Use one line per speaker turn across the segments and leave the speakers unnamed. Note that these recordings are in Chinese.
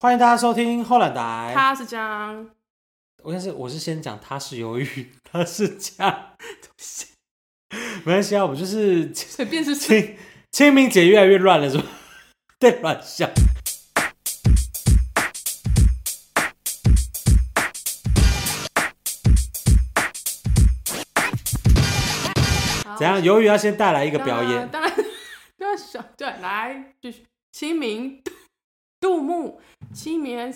欢迎大家收听后懒台。
他是这样，
我但是我是先讲他是鱿鱼， 他是讲，没关系啊，我们就是
随便是谁。
清清明节越来越乱了，是吧？ 在乱想。怎样？鱿鱼要先带来一
一
个表演，
当然不要想，对，来继续。清明，杜牧，清明，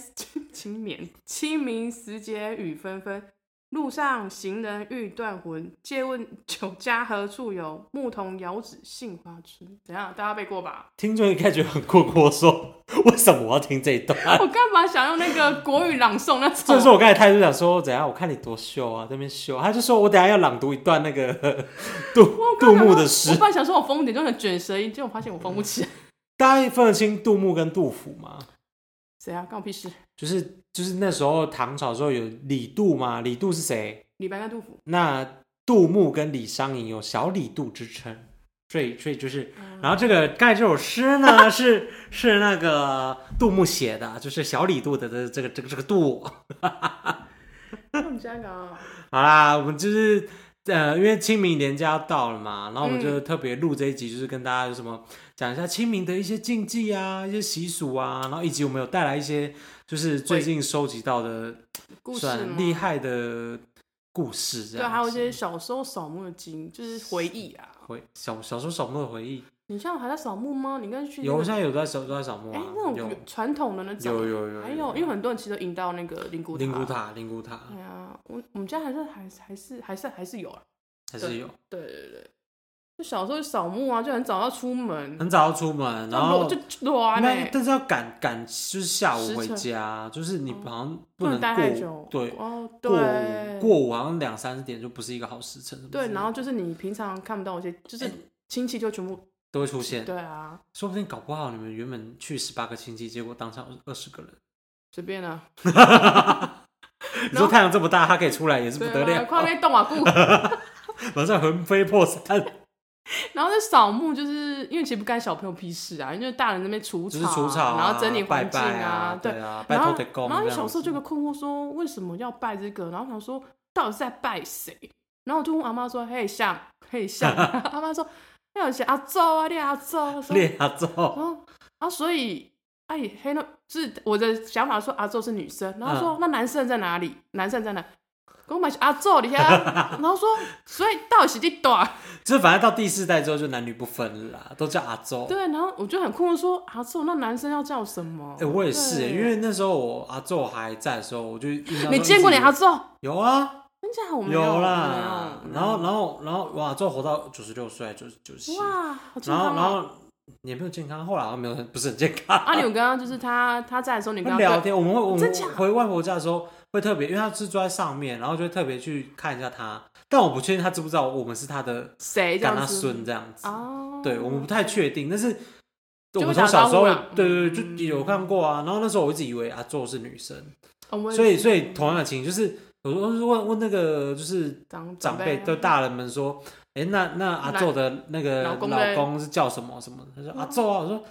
清明，清明时节雨纷纷，路上行人欲断魂。借问酒家何处有？牧童遥指杏花村。怎样？大家背过吧？
听众应该觉得很困惑，说 为什么我要听这一段？
我干嘛想用那个国语朗诵那
这是
种？
我刚才态度想说，怎样？我看你多秀啊，在那边秀。他就说我等一下要朗读一段那个 杜
我刚
杜
刚想
牧
说
的诗
我本来想说我缝点就很卷舌音，结果发现我缝不起来。
大家分得清杜牧跟杜甫吗？
谁啊？关我屁事！
就是就是那时候唐朝的时候有李杜嘛，李杜是谁？
李白跟杜甫。
那杜牧跟李商隐有小李杜之称，所以所以就是，然后这个刚才这首诗呢是是那个杜牧写的，就是小李杜的这这个这个这个杜。
那我们家搞。
好啦，我们就是呃，因为清明年假要到了嘛，然后我们就特别录这一集，就是跟大家有什么讲一下清明的一些禁忌啊、一些习俗啊，然后以及我们有带来一些就是最近收集到的
故事
算
吗？
厉害的故事，这
对，啊
样
还有一
子
些小时候扫墓的经，就是回忆啊。
回小小时候扫墓的回忆，
你现在还在扫墓吗？你跟去那
有
个
现在有在扫都在扫墓
哎、
啊，
那
有
种传统的那种，
有有有，
还有因为很多人其实都引到那个灵骨塔。
灵骨。塔灵骨塔
对啊，我我们家还是还是还是还是还是有啊。
还是有，
对对对，就小时候扫墓啊，就很早要出门，
很早要出门，嗯然
就
后
裸就就裸啊
那
嘞，
但是要赶赶，就是下午
时
回
辰
家，就是你好像
不
能
能待太
过
久。
对
哦
过
对
午过午好像两三点就不是一个好时辰，是不
对，
是
然后就是你平常看不到一些，就是
哎
亲戚就全部
都会出现，
对啊，
说不定搞不好你们原本去十八个亲戚，结果当场二十个人。
随便啊。
你说太阳这么大，它可以出来也是不
对
得
啊，快
了，哦
被动啊，故
马上魂飞魄散，
然后在扫墓，就是因为其实不干小朋友屁事啊，因为大人在那边除
就是
草啊，
除草啊，
然后整理
拜
环境
拜啊，
对。
啊，拜
然
托
后
得供这样
然后
子。
你小时候就有个困惑说，为什么要拜这个？然后想说到底是在拜谁？然后我就问阿妈说，嘿像 嘿像，阿妈说那有些阿周啊，列阿 周，说
练阿奏，
哦啊，所以哎嘿那，是我的想法说阿周是女生，然后
嗯
说、那男生在哪里？男生在哪？跟我买阿周里 啊，然后说所以到底是你短。
就是反正到第四代之后就男女不分了啦，都叫阿奏。
对，然后我就很困惑说，啊，这种那男生要叫什么？
哎、我也是、
对
因为那时候我阿昼还在的时候，我就印象
你
中
见
一
过
直
你阿宙？
有啊，
真假？我没
有
没
啦。
有嗯
然后，然后，然后，哇，阿昼活到九十六岁，九九七。
哇，好健
然后，
康
然
哦！
后也没有健康，后来好像没有很不是很健康。
啊，你有刚刚就是他他在的时候，你
我
刚
们
刚
聊
对
天，我们会我们
真假
回外婆家的时候会特别，因为他是住在上面，然后就会特别去看一下他。但我不确定他知不知道我们是他的
谁这
干他
样子？
孙这样子。
哦，
对，我们不太确定，但是我
就
们
会
从
打
小
招
时
呼
候
啦，
对对对，就
嗯
有看过啊。然后那时候我一直以为阿宙是女生，
哦，我也
所以
是
所以同样的情形就是，我我是问问那个就是
长
长辈
啊
对大人们说，哎、那那阿宙的那个
老
老
公嘞
公是叫什么什么？他说
嗯
阿宙啊，我说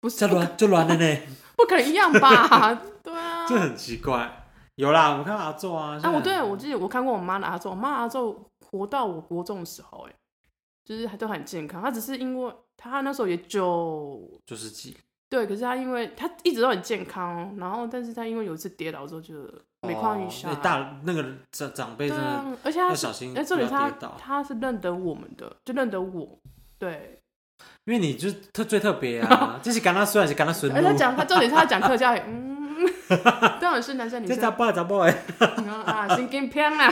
不
这
是不
乱就乱了呢，
不可能一样 吧？对啊，
这很奇怪。有啦，我看阿宙啊，
啊，我
现在
对我记得我看过我妈的阿昼，我妈的阿昼活到我国中的时候、哎，就是还都很健康。她只是因为她那时候也九
就是几
对，可是她因为她一直都很健康哦，然后但是她因为有一次跌倒之后就每况愈下、
哦那大那个长长辈
对
真的
啊，而且
要
她是
小心，
哎，重
不要
点是她
跌倒，
她是认得我们的，就认得我，对。
因为你就是特最特别 啊，这是干他孙还是干他孙
而且她
女？
哎讲她重点是她讲客家语，嗯， 当然是男生女
这咋
生
爸咋 boy
啊，神经偏啦。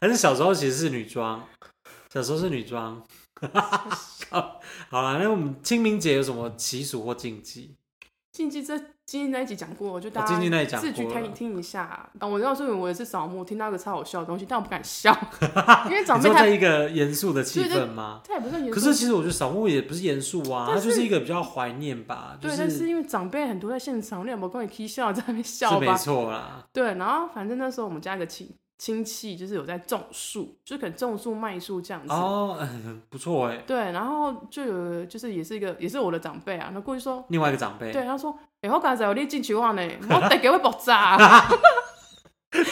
还是小时候其实是女装，小时候是女 装。好啦，那我们清明节有什么习俗或禁忌？
禁忌这禁忌那一集讲过，就大
哦禁忌那一
家
集讲过
自己
了
听听一下。啊，我那时候我也是扫墓，听到一个超好笑的东西，但我不敢笑，因为长
你
辈
说在
太
一个严肃的气
对对
氛吗？
他也不是很严
可
肃。
是其实我觉得扫墓也不是严肃啊，它
但
就是是一个比较怀念吧，就
对，但是因为长辈很多在现场，你有没有跟你 k 笑在那边
是
笑
没
吧？
错啦。
对，然后反正那时候我们家一个亲亲戚就是有在种树，就是可能种树卖树这样子。
哦，嗯不错哎，
对，然后就有就是也是一个也是我的长辈啊，他过去说，
另外一个长辈，
对，他说，哎、欸，我刚才有你进去话呢，我得给我爆炸、啊。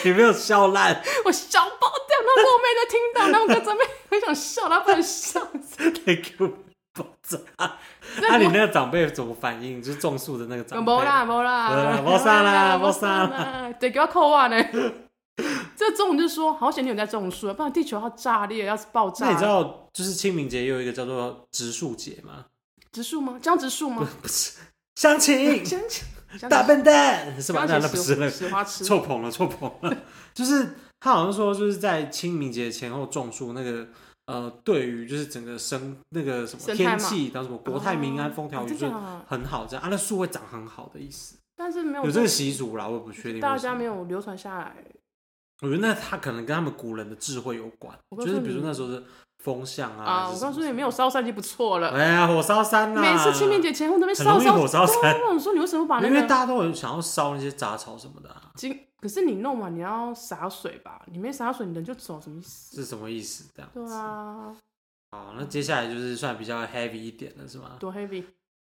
你没有笑烂，
我笑爆掉，然后我妹在听到，然后我跟张妹很想笑，她不能笑。
你给我爆炸！ 那、
那
你那个长辈怎么反应？就是种树的那个长辈，
没啦没啦，
没啥啦
没啥啦，对，给我扣啊完呢。 这中午就说，好险你有在种树啊，不然地球要炸裂，要是爆炸。
那你知道，就是清明节也有一个叫做植树节吗？
植树吗？江植树吗？
不是，乡 情
江植江
大
植
笨蛋是吧？那
江
那
植
不是那
石
个
石 花痴。
错捧了，错捧了。就是他好像说，就是在清明节前后种树，那个呃，对于就是整个生那个什么
生态
天
嘛
气，然后什么国泰民安、风调
哦
雨
真的
顺，
啊
很好这样啊，那树会长很好的意思。
但是没有
有这个习俗啦，我也不确定。
大家没，有流传下来。
我觉得那他可能跟他们古人的智慧有关，
我告
就
诉
是比如
你
那时候的风向啊。
啊，
还
我
是什么
告诉你，没有烧山已经不错了。
哎呀，火烧山呐、
每次清明节前后那边
很
烧
容易
烧，
火烧山
对啊我说你为什么把那
因为
个
大家都很想要烧那些杂草什么的、啊，
金？可是你弄完你要洒水吧？你没洒水，你人就走，什么意思？
是什么意思？这样
对
子。
啊，
好，那接下来就是算比较 heavy 一点了，是吗？
多 heavy。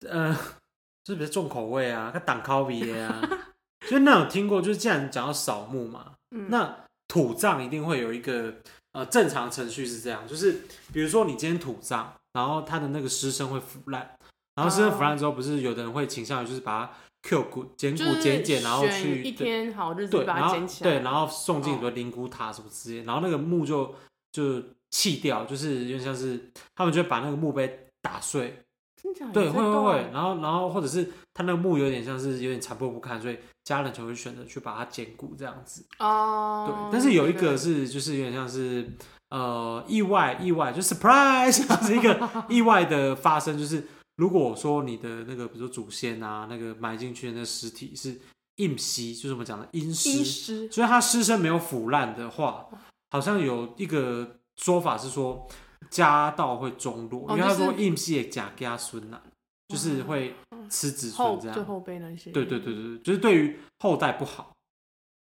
呃， 就是比较重口味啊，跟挡烤比的啊。 就那有听过，就是既然讲到扫墓嘛，
嗯，
那土葬一定会有一个呃正常程序是这样，就是比如说你今天土葬，然后它的那个尸身会腐烂，然后尸身腐烂之后，不是有的人会倾向于就是把它 Q 骨剪
哦就
骨
是
剪剪，然后
选一
去对
天好日子
对，
把
然
它
后
捡起来。嗯
对，然后送进比如灵骨塔什么之类，然后那个墓就就弃掉，就是有点像是他们就会把那个墓碑打碎，
真假的
对，
有这
会会
段
会，然后然后或者是他那个墓有点像是有点残破不堪，所以家人就会选择去把它捡骨这样子。对，
哦，
但是有一
对
个是就是有点像是呃意外意外，就 surprise，就是一 个意外的发生，就是如果说你的那个比如说祖先啊，那个埋进去的那个尸体是硬尸，就是我们讲的阴
医
尸，
师
就是它尸身没有腐烂的话，好像有一个说法是说。家道会中落，因
哦
为他
就是
说硬系也假给他孙呐，就是会吃子孙
后
这
最
样。
哦后背那些。
对对对。对，对就是对于后代不好。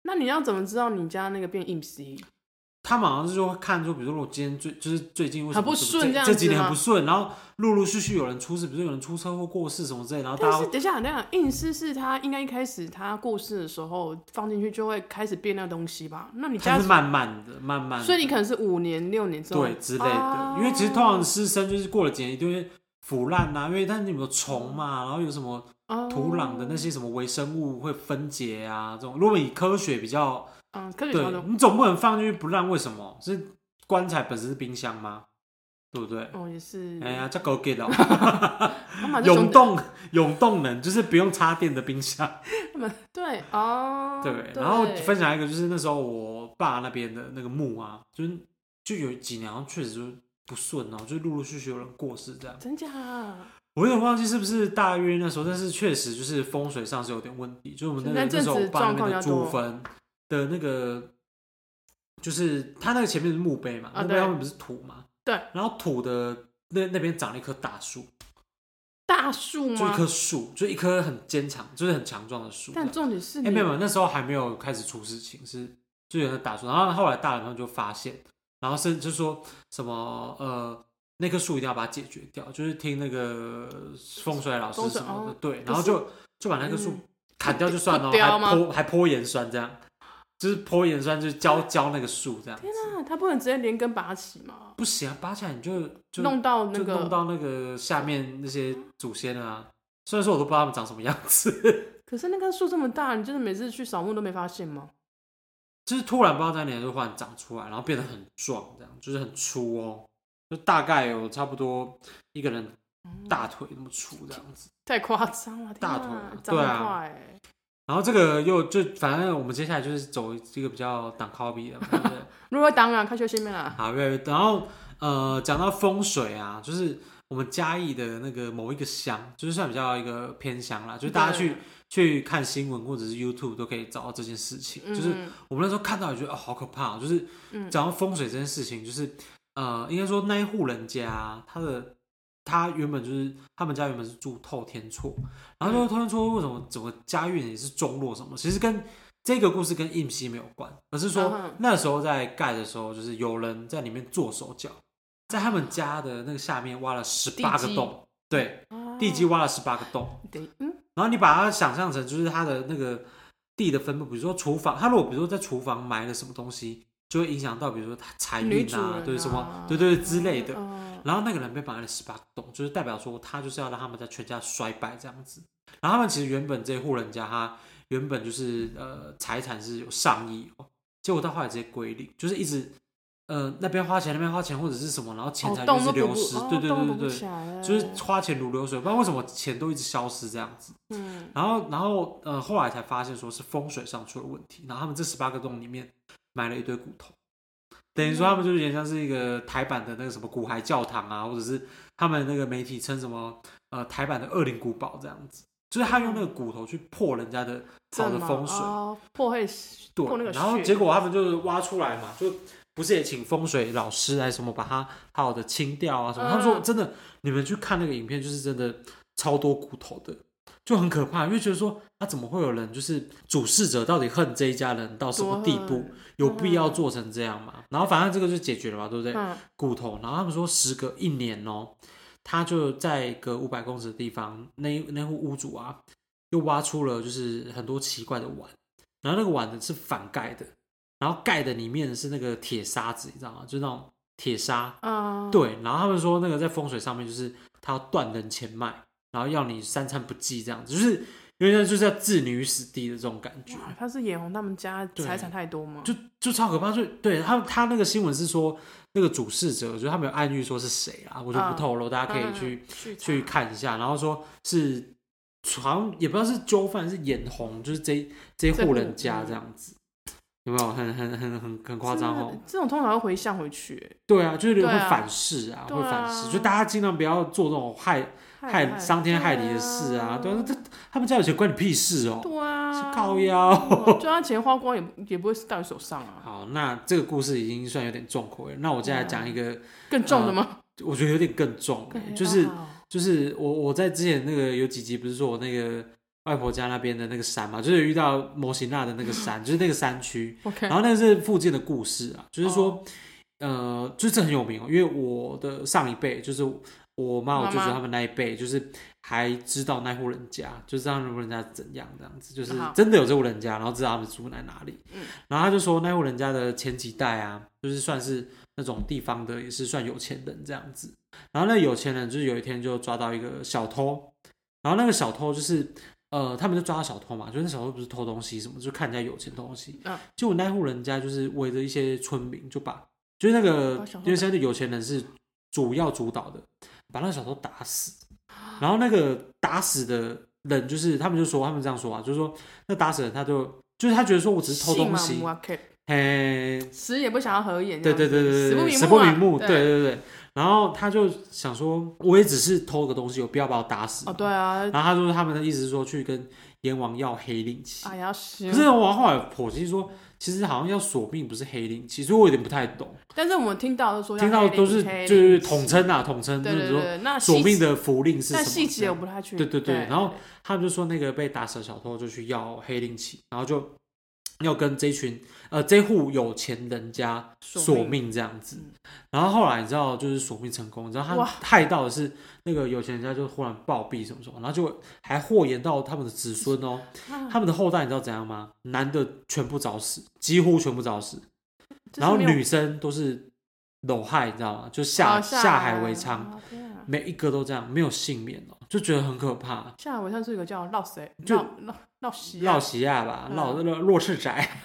那你要怎么知道你家那个变硬 C？
他们好像是说看说，比如说我今天最就是最近为什么
很不顺
这
这样
这
子
几年
吗
很不顺，然后陆陆续续有人出事，比如说有人出车祸过世什么之类，然后大
但
家
是
会
等一下，等一下，硬尸是他应该一开始他过世的时候放进去就会开始变那个东西吧？那你
它
家
是，慢慢的、慢慢的，
所以你可能是五年六年之后
对哦之类的，因为其实通常尸身就是过了几年一定会腐烂啊呐、因为它里面有虫嘛，然后有什么
常
土壤的那些什么微生物会分解啊，这种如果以科学比较，
嗯科学
对
调动，
你总不能放进去不烂，为什么？是棺材本身是冰箱吗？对不对？
哦也是，
哎呀，叫狗给 的哦，
他们就
永
熊，
动永动能就是不用插电的冰箱。
他们对哦，
对，然后分享一个就是那时候我爸那边的那个墓啊，就是就有几年好像确实就不顺哦，就陆陆续续有人过世这样。
真假
我有点忘记是不是大约那时候，但是确实就是风水上是有点问题，就是我们那
那
个
阵
那时候
子
我爸那
状况
边的
比较
祖
多
坟的那个，就是他那个前面是墓碑嘛，
啊
墓碑
对
上面不是土嘛，
对，
然后土的那那边长了一棵大树，
大树
就一
吗？
棵树，就一棵很坚强，就是很强壮的树。
但重点是
哎、
你
没有没有，那时候还没有开始出事情，是就有人打树，然后后来大人他们就发现，然后甚至说什么呃，那棵树一定要把它解决掉，就是听那个风水老师
风水
什么的，
哦
对，
是
然后就就把那棵树
嗯
砍掉就算了，哦
不雕
还
吗
泼还泼盐酸这样，就是泼盐酸就是浇浇那个树这样子，
啊，他不能直接连根拔起吗？
不行啊，拔起来你就就
弄到那
就弄
个，
到那个下面那些祖先啊，虽然说我都不知道他们长什么样子。
可是那棵树这么大，你就是每次去扫墓都没发现吗？
就是突然不知道在哪里就忽然长出来，然后变得很壮，这样就是很粗哦，就大概有差不多一个人
嗯
大腿那么粗这样子。
太夸张了，天
大
哪
腿啊
长
对
得
啊
快欸，
然后这个又就反正我们接下来就是走这个比较挡 copy 的嘛，对不对？
如果当然，看休息面啦。
好，越来越多。然后呃，讲到风水啊，就是我们嘉义的那个某一个乡，就是算比较一个偏乡啦，就是大家去去看新闻或者是 YouTube 都可以找到这件事情，
嗯，
就是我们那时候看到也觉得哦好可怕、哦，就是
嗯
讲到风水这件事情，就是呃，应该说那一户人家他的他原本就是他们家原本是住透天厝，然后说透天厝为什么整个家运也是中落什么，其实跟这个故事跟印西没有关，而是说、
嗯哼
那时候在盖的时候，就是有人在里面做手脚，在他们家的那个下面挖了十八个
地基
洞，对，
哦
地基挖了十八个洞。
对，嗯，
然后你把它想象成就是它的那个地的分布，比如说厨房，它如果比如说在厨房埋了什么东西，就会影响到比如说它财
女
运
主
啊，
人
对什么
啊，
对对对之类的。
哦
然后那个人被绑了十八洞，就是代表说他就是要让他们家全家衰败这样子。然后他们其实原本这户人家，他原本就是呃财产是有上亿哦，结果到后来直接归零，就是一直呃那边花钱那边花钱或者是什么，然后钱财就一
动
直
都
流
补不
失，
哦
对对
动
对对
都补
对
起，来了
就是花钱如流水，不知道为什么钱都一直消失这样子。
嗯，
然后，然后，呃，后来才发现说是风水上出了问题。然后他们这十八个洞里面埋了一堆骨头，等于说他们就有点像是一个台版的那个什么骨骸教堂啊，或者是他们那个媒体称什么呃台版的恶灵古堡这样子，就是他用那个骨头去破人家的好的
正吗
风水，
哦破坏破
对。
那个
然后
穴
结果他们就是挖出来嘛，就不是也请风水老师来什么把它好好的清掉啊什么。他们说
嗯
真的，你们去看那个影片，就是真的超多骨头的，就很可怕，因为觉得说，他、怎么会有人就是主事者到底恨这一家人到什么地
多
步
恨？
有必要做成这样吗？然后反正这个就解决了嘛，对不对？
嗯
骨头，然后他们说时隔一年哦、他就在隔五百公尺的地方，那那户屋主啊，又挖出了就是很多奇怪的碗，然后那个碗呢是反盖的，然后盖的里面是那个铁砂子，你知道吗？就那种铁砂，
嗯，
对，然后他们说那个在风水上面就是他要断人钱脉，然后要你三餐不继这样子，就是因为就是要置你于死地的这种感觉，
哇他是眼红他们家
对
财产太多吗？
就就超可怕。就对他他那个新闻是说那个主事者，就是他们有暗喻说是谁啦，我就不
嗯
透露，大家可以
嗯
去、
去
去
查
看一下，然后说是好像也不知道是纠犯是眼红，就是这这一
这
户
户
人家
嗯
这样子。有没有很很很很很夸张哦
真？的这种通常会回向回去，
对啊，就是
对
会
啊
反噬啊，
对
会反噬，
啊
就大家尽量不要做这种害害伤天害理的事啊！对
对
啊，这他们家有钱关你屁事哦、
对啊，
是靠腰。
嗯就算钱花光也不也不会到你手上啊，
好，那这个故事已经算有点重口味了。那我接下来讲一个，
更重的吗？
我觉得有点更重的、
更
就是
哦
就是我我在之前那个有几集不是说我那个外婆家那边的那个山嘛，就是有遇到摩西纳的那个山，就是那个山区，
OK，
然后那个是附近的故事啊，就是说、呃，就是这很有名哦，因为我的上一辈就是我妈、我舅舅
妈妈
他们那一辈，就是还知道那户人家，就是那户人家怎样这样子，就是
好
真的有这户人家，然后知道他们住在哪里。
嗯
然后他就说那户人家的前几代啊，就是算是那种地方的，也是算有钱人这样子。然后那有钱人就是有一天就抓到一个小偷，然后那个小偷就是。呃，他们就抓到小偷嘛，就是那小偷不是偷东西什么，就看人家有钱偷东西。
嗯
结果那户人家就是围着一些村民，就把就是那个
把小偷，打
因为现在的有钱人是主要主导的，把那个小偷打 死。然后那个打死的人，就是他们就说，他们这样说啊，就是说那打死人他就就是他觉得说我只是偷东西
信，嘛，OK，
嘿，
死也不想要合眼这
对
样
对
子，
对对对，
死
死
不
不
瞑
瞑
目
目，对
啊，
对对。然后他就想说，我也只是偷个东西，有必要把我打死
哦
吗
对啊，
然后他说他们的意思是说去跟阎王要黑令旗，
哎呀是
可，是我后来剖析说，其实好像要索命不是黑令旗，所以我有点不太懂。
但是我们听到的说要
听到
黑
都
领
是
黑
就是
领
统称啊，统称，就
对
是
对
说
对，那
索
细
命
节
的符令是
那
什
细
么？
节我
对
不太去，
对对对。
对，
然后他们就说那个被打死的小偷就去要黑令旗，然后就要跟这群呃这户有钱人家索
索命嗯
命这样子。然后后来你知道就是索命成功，你知道他
哇
害到的是那个有钱人家就忽然暴毙什么什么，然后就还祸延到他们的子孙哦。
啊
他们的后代你知道怎样吗？男的全部早死，几乎全部早死，
这是
然后
没有
女生都是搂害，你知道吗？就下、
哦
下海为娼，，
哦天啊
每一个都这样，没有幸免哦，就觉得很可怕。
下海为娼是一个叫闹谁，
就
闹闹闹西啊
绕，席亚吧，
嗯
绕落落赤宅，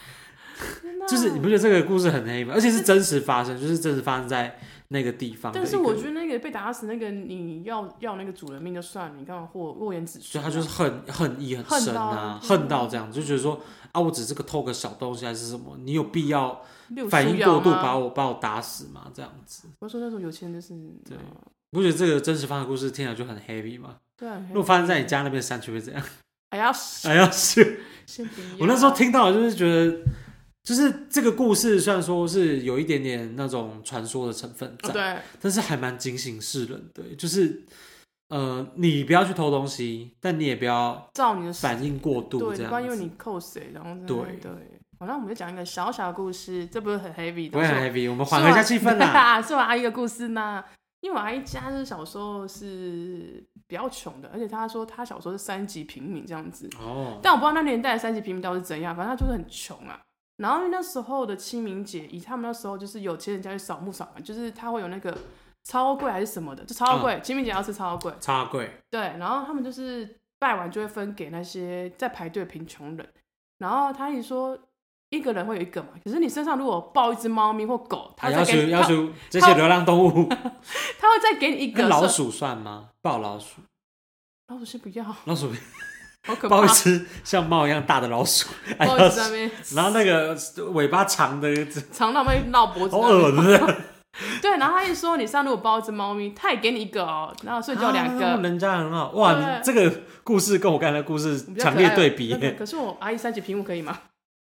天哪
就是你不觉得这个故事很黑吗？而且是真实发生，就是真实发生在那个地方的一
但
个。
是我觉得那个被打死那个，你要要那个主人命就算，了，你干嘛祸祸延子
所
孙
以
啊？
他就是恨恨意很深啊，
恨到嗯
恨到这样，就觉得说啊，我只是个偷个小东西还是什么，你有必要
六
反
叔
应
要
过度
吗
把我把我打死吗？这样子。
我说那种有钱人就是
对
嗯
你不觉得这个真实发生的故事听起来就很 heavy 吗？
对啊，很
如果发生在你家那边山区会怎 样？
哎呀，
哎呀，是
先不要。
我那时候听到就是觉得，就是这个故事虽然说是有一点点那种传说的成分
哦
在，
对，
但是还蛮警醒世人的，就是呃，你不要去偷东西，但你也不要
照你的
反应过度，
对，
这
你
样
不然因为
子
你扣谁，然后在那
对
边对。好，那我们就讲一个小小的故事，这不是很 heavy 的，
不会
是我
很 heavy。我们缓和一下气氛啊啦。
啦。是啊我阿 姨的故事呢，因为我阿姨家是小时候是比较穷的，而且她说她小时候是三级平民这样子，
哦，
但我不知道那年代的三级平民到底是怎样，反正她就是很穷啊。然后因为那时候的清明节，以他们那时候就是有钱人家去扫墓扫完，就是他会有那个超贵还是什么的，就
嗯
超贵，清明节要吃超贵。
超贵，
对，然后他们就是拜完就会分给那些在排队的贫穷人。然后他一说一个人会有一个嘛，可是你身上如果抱一只猫咪或狗，他
还
再
哎要
给
求
你
要
他
求这些流浪动物，
他会再给你一个
那老
所以，
鼠算吗？抱老鼠，
老鼠先不要，好
老鼠
可怕，
抱一只哎像猫一样大的老鼠，
不
还
好
要
意思那边
然后那个尾巴长的，
肠道会闹脖子
好
那边，
恶心，
对，然后他一说你上路抱一只猫咪，他也给你一个哦，然后所以就有两
啊
个。
人家很好哇！
对
你这个故事跟我刚才的故事
比较可爱啊哦
强烈对比
那个
耶，
可是我阿姨三级屏幕可以吗？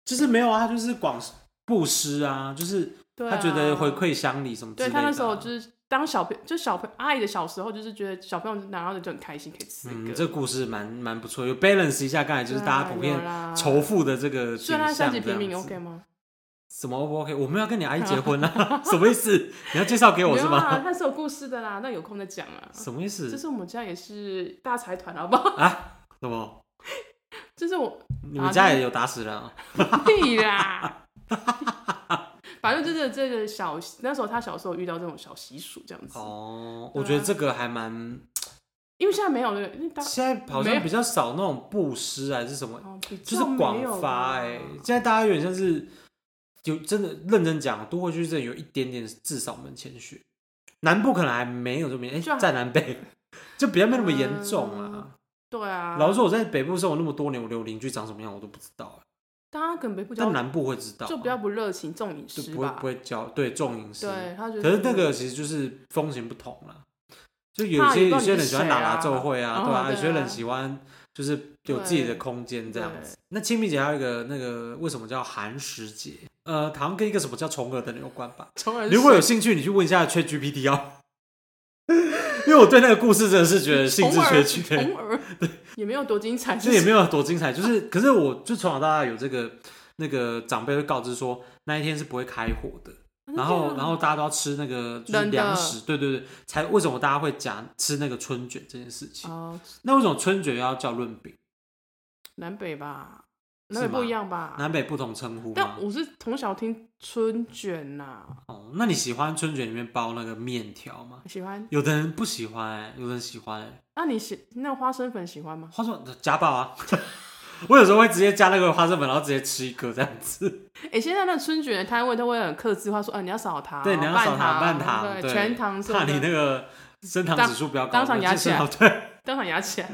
就是没有啊，他就是广布施啊，就是
对、
他
啊，
觉得回馈乡里什么之
对
类的
他
啊。
那时候就是当小朋友，就小朋友阿姨的小时候，就是觉得小朋友拿到的就很开心，可以吃一个。啊
嗯，这故事蛮蛮不错，有 balance 一下刚才就是大家普
嗯
遍仇
仇。
富的这个
呃虽
倾
然他
向
三
这
级平民
样子。
OK 吗？
什么 O 不 OK？我们要跟你阿姨结婚啊？ 什么意思？你要介绍给我
没
是
有
吗？
啊，他是有故事的啦，那有空再讲啊。
什么意思
这？是我们家也是大财团，好不好？
啊？什么？
这是我
你们家也有打死人啊？
屁 啦。反正就是这个小，那时候他小时候遇到这种小习俗这样子，
哦，
对啊
我觉得这个还蛮，
因为现在没有了，因为大
现在好
没有
像比较少那种布施还是什么，
哦比
就
较
是
没有
广发哎、
了
现在大家有点像是，有真的认真讲，都会去这有一点点至少门前雪。南部可能还没有这么严，哎、
就还
在南北就比较没那么严重啊。
对啊，
老实说，我在北部生活那么多年，我连我邻居长什么样我都不知道、
大家可能比较
但南部会知道啊、
就比较不热情，重饮
就
食
不会
吧，
不会教对重饮食。
对，他觉得
可是那个其实就是风情不同啦，就有
怕
些
也不知道
有些
你
人
是
喜欢
谁
打打
啊
奏会啊，
哦
对吧、有
对
些人
啊
喜欢就是有自己的空间这样子。那清明节还有一个那个为什么叫寒食节？呃，好像跟一个什么叫重合的人有关吧。
穷呃人是
如果有兴趣，你去问一下 ChatGPT 哦。 因为我对那个故事真的是觉得兴致
虫
缺
儿
缺，
虫儿也没有多精彩，
这也没有多精彩。就是，可是我就从小到大有这个那个长辈会告知说，那一天是不会开火的。
有
然后，然后大家都要吃那个就是
哦冷的
粮食，对对对，才为什么大家会讲吃那个春卷这件事情？
哦，
那为什么春卷要叫润饼？
南北吧，
是
南北不
吗
一样吧？
南北不同称呼吗
啊但？我是从小听春卷呐，
哦，那你喜欢春卷里面包那个面条吗？
喜欢。
有的人不喜欢、欸，有的人喜欢、欸。
那你喜那花生粉喜欢吗？
话说家暴啊， 我有时候会直接加那个花生粉，然后直接吃一个这样子。
哎，现在那春卷的摊位都会很克制化，说，呃，你要少糖，
对，你要少糖半糖，
对，
对，
全糖什
怕
么
你
的，
那个升糖
当
指数比较高，
当场
那
压
这
起
是
来
好对。
当场压起来。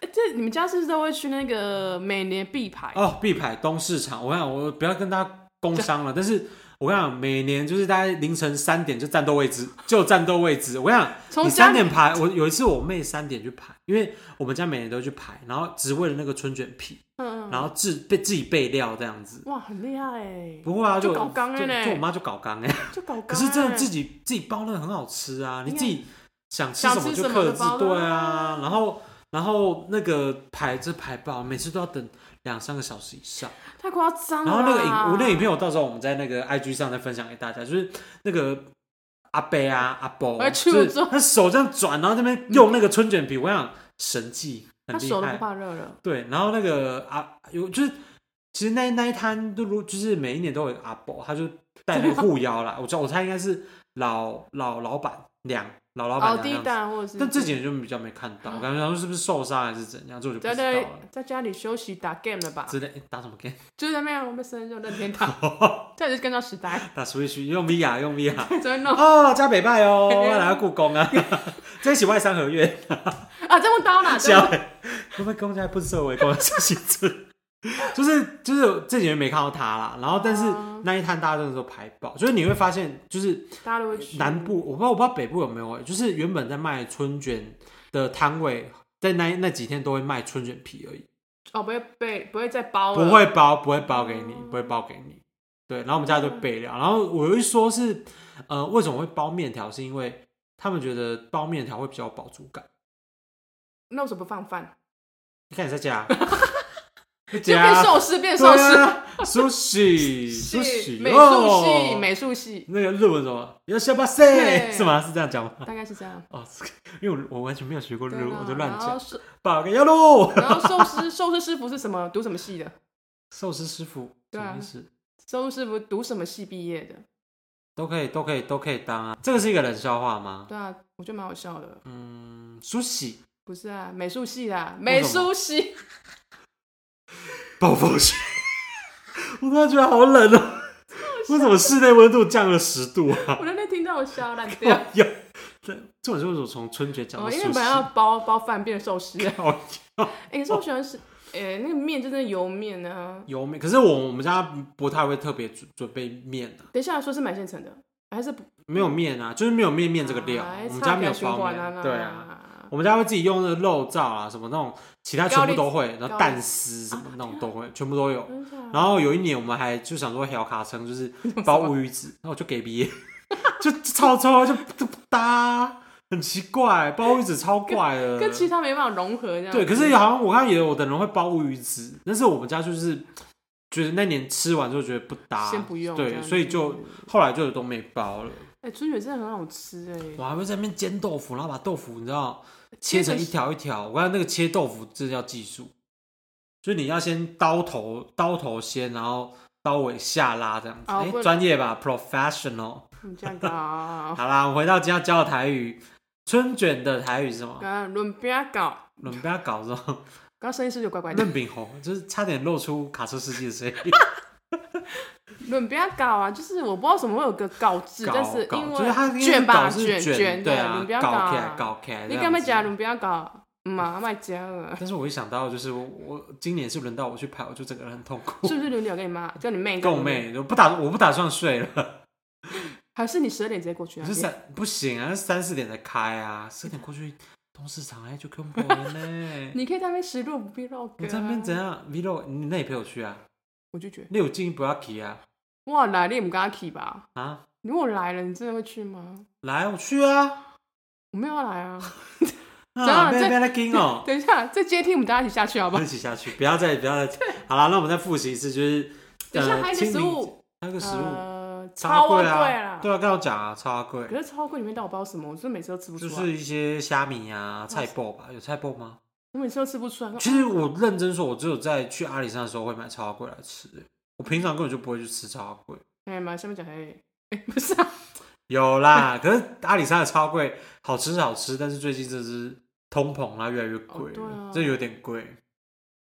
哎这你们家是不是都会去那个每年必排？
哦，必排东市场，我跟你讲，我不要跟大家工商了，但是我跟你讲，每年就是大概凌晨三点就战斗位置，就有战斗位置。我跟你讲，
从
你
家
三点排，我有一次我妹三点去排，因为我们家每年都去排，然后只为了那个春卷皮，
嗯，嗯
然后自备自己备料这样子。
哇，很厉害哎，
不会啊，
就
就
搞刚
就
了呢
就我妈就搞刚哎、
就欸搞
可是真的自
己
己自己包那个很好吃啊，你
应该
自己想吃
想
什么
吃
就
什么
克
就
制，
包
对
了
啊
啊。
然后然后那个排这排爆，每次都要等两三个小时以上。
太夸张了
然
啦。
后那个影，我那个影片，我到时候我们在那个 IG 上再分享给大家，就是那个阿贝啊、阿伯，
哎去
就
我
是
做嗯
他手这样转，然后这边用那个春卷皮，我想神技很
他
厉
手都不
害。
怕热了。
对，然后那个阿有就是，其实那那一摊都如就是每一年都有一个阿伯，他就带那个护腰啦，我知道我猜应该是老老老板娘，老老板
熬
娘那
哦低
样子。
蛋或者是，哦
但这几年就比较没看到，我感觉他说是不是受伤还是怎样，这我就不
在
知道啊
在
了。
在家里休息打 game 了吧？
之类哎打什么 game？
就是在那边我们生日任天堂，这就是跟上时代，
打 Switch 用 VR 用 VR。
怎么弄
哦，加北拜 哦，要来到故宫啊， 在一起外三合院，
啊？这么刀啦，这
笑
么
欸，会不会公家不受为公家行政？就是就是这几年没看到他啦，然后但是
啊
那一摊大家真的都排爆，就是你会发现，就是
大家都会去
南部我不知道我不知道北部有没有欸，就是原本在卖春卷的摊位，在那那几天都会卖春卷皮而已，
哦，不会被不会再包了，
不会包不会包给你，不会包给你。对，然后我们家就备料，然后我又说是，呃，为什么会包面条，是因为他们觉得包面条会比较有饱足感。
那为什么不放饭？
你看你在家，在
就变
家啊
寿司，变寿司，
苏西苏
是
西
美术
哦
系，美术系，
那个日文什么？要下巴塞
对
是吗？是这样讲吗？
大概是这样。
哦， 是因为我我完全没有学过日
对
文，我就
啦
乱
然后
讲。
寿，
八个要喽，
然后寿司，寿司师傅是什么？读什么系的？
寿司师傅什
对啊
么意思？
寿司师傅读什么系毕业的？
都可以，都可以，都可以当啊！这个是一个冷笑话吗？
对啊，我觉得蛮好笑的。
嗯，苏西
不是啊，美术系啦，美
什么
术系，
暴风雪， 我突然觉得好冷哦、为什么室内温度降了十度啊？
我那天听到我笑烂 掉。
靠腰这这种就是从春节哦讲到
啊哦，
苏哦
因
西
为，本 来要包包饭变寿司，哎、
靠
可
哦
是我喜欢吃，哎、那个面真的油面啊。
油面，可是我我们家不太会特别准准备面啊，
等一下说是买现成的，还是不
没有面啊，就是没有面面这个料，
哎
我们家没有
差点
包
循环
面，
啦
对啊。我们家会自己用那个肉燥啊，什么那种，其他全部都会，然后蛋丝什么
啊
那种都会，全部都有。
真的啊
然后有一年我们还就想说小卡称 就是包乌鱼子，然后我就给毕业， 就超超啊就就不搭啊，很奇怪，包乌鱼子超怪的。
跟其他没办法融合这样。
对，可是好像我看也有的人会包乌鱼子，但是我们家就是觉得那年吃完之后觉得不搭，
先不用这
对，
样子
所以就后来就都没包了。
哎、春卷真的很好吃哎、
我还会在那边煎豆腐，然后把豆腐你知道。切成一条
条，
一条。我看那个切豆腐，这叫技术，就是你要先刀头，刀头先，然后刀尾下拉这样子。
哦
哎、
不然
专业吧，professional。
你这样搞。啊，
好啦，我回到今天要教的台语，春卷的台语是什么？
轮边搞，
你们不要搞这种
刚刚声音是不是有怪怪的？
润饼猴，就是差点露出卡车司机的声音。
轮边搞啊，就是我不知道为什么会有个搞字，
搞
但是
搞，
因
就是它
为
因为
卷吧
搞是
卷卷
对
轮
啊，
边
搞起来
啊，
搞起来。
你干嘛？讲轮边搞？嗯啊，卖 家了，
但是我一想到就是我我今年是轮到我去排，我就整个人很痛苦。
是不是轮流给你妈跟你妹
跟我？妹，我不打我不打算睡了。
还是你十二点直接过去啊？
可是
你
三不行啊，三四点才开啊，四点过去东市场哎就看不了呢。
你可以 在那啊边实录不必 log，
你在那边怎？样？Vlog，你那也陪我去啊？
我就觉得，
你有进不要提啊
哇，来你也不跟他去吧？
啊！
如果来了，你真的会去吗？
来，我去啊！
我没有要来啊！怎
啊，
样
别
这
别来跟哦， 哎
等一下，这阶梯我们大家一起下去好不好
一？起下去，不要再不要再。好啦，那我们再复习一次，就是
等一下
呃
还有一个
清
食
明
物，
还有个食物，
呃，
超
超
贵
啦
啊！，对啊，刚刚有讲啊，超贵
可，是超贵里面到底包什么？我真的每次都吃不出啊
就
来，
是一些虾米啊、菜爆吧，有菜爆吗？
我每次都吃不出来。哦
其实我认真说，我只有在去阿里山的时候会买超阿贵来吃、我平常根本就不会去吃超阿贵。
哎妈，下面讲哎，哎 不是啊，
有 啦，可是阿里山的超贵，好吃是好吃，但是最近这只通膨啊越来越贵
哦
了、
对啊
这有点贵。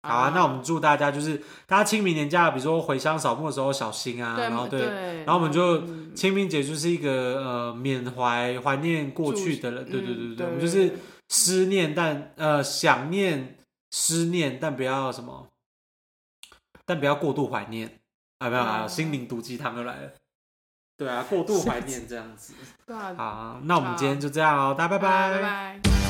好啊，那我们祝大家就是大家清明年假，比如说回乡扫墓的时候小心啊，
对
然后
对，
对。
然
然后我们就
嗯
清明节就是一个呃缅怀怀念过去的人，对对对
嗯
对对，我们就是思念但呃想念思念，但不要什么，但不要过度怀念啊！没有啊，
哦
心灵毒鸡汤又来了。 对啊，过度怀念这样子。
对啊，
好，那我们今天就这样哦，大家拜
拜
拜。
拜。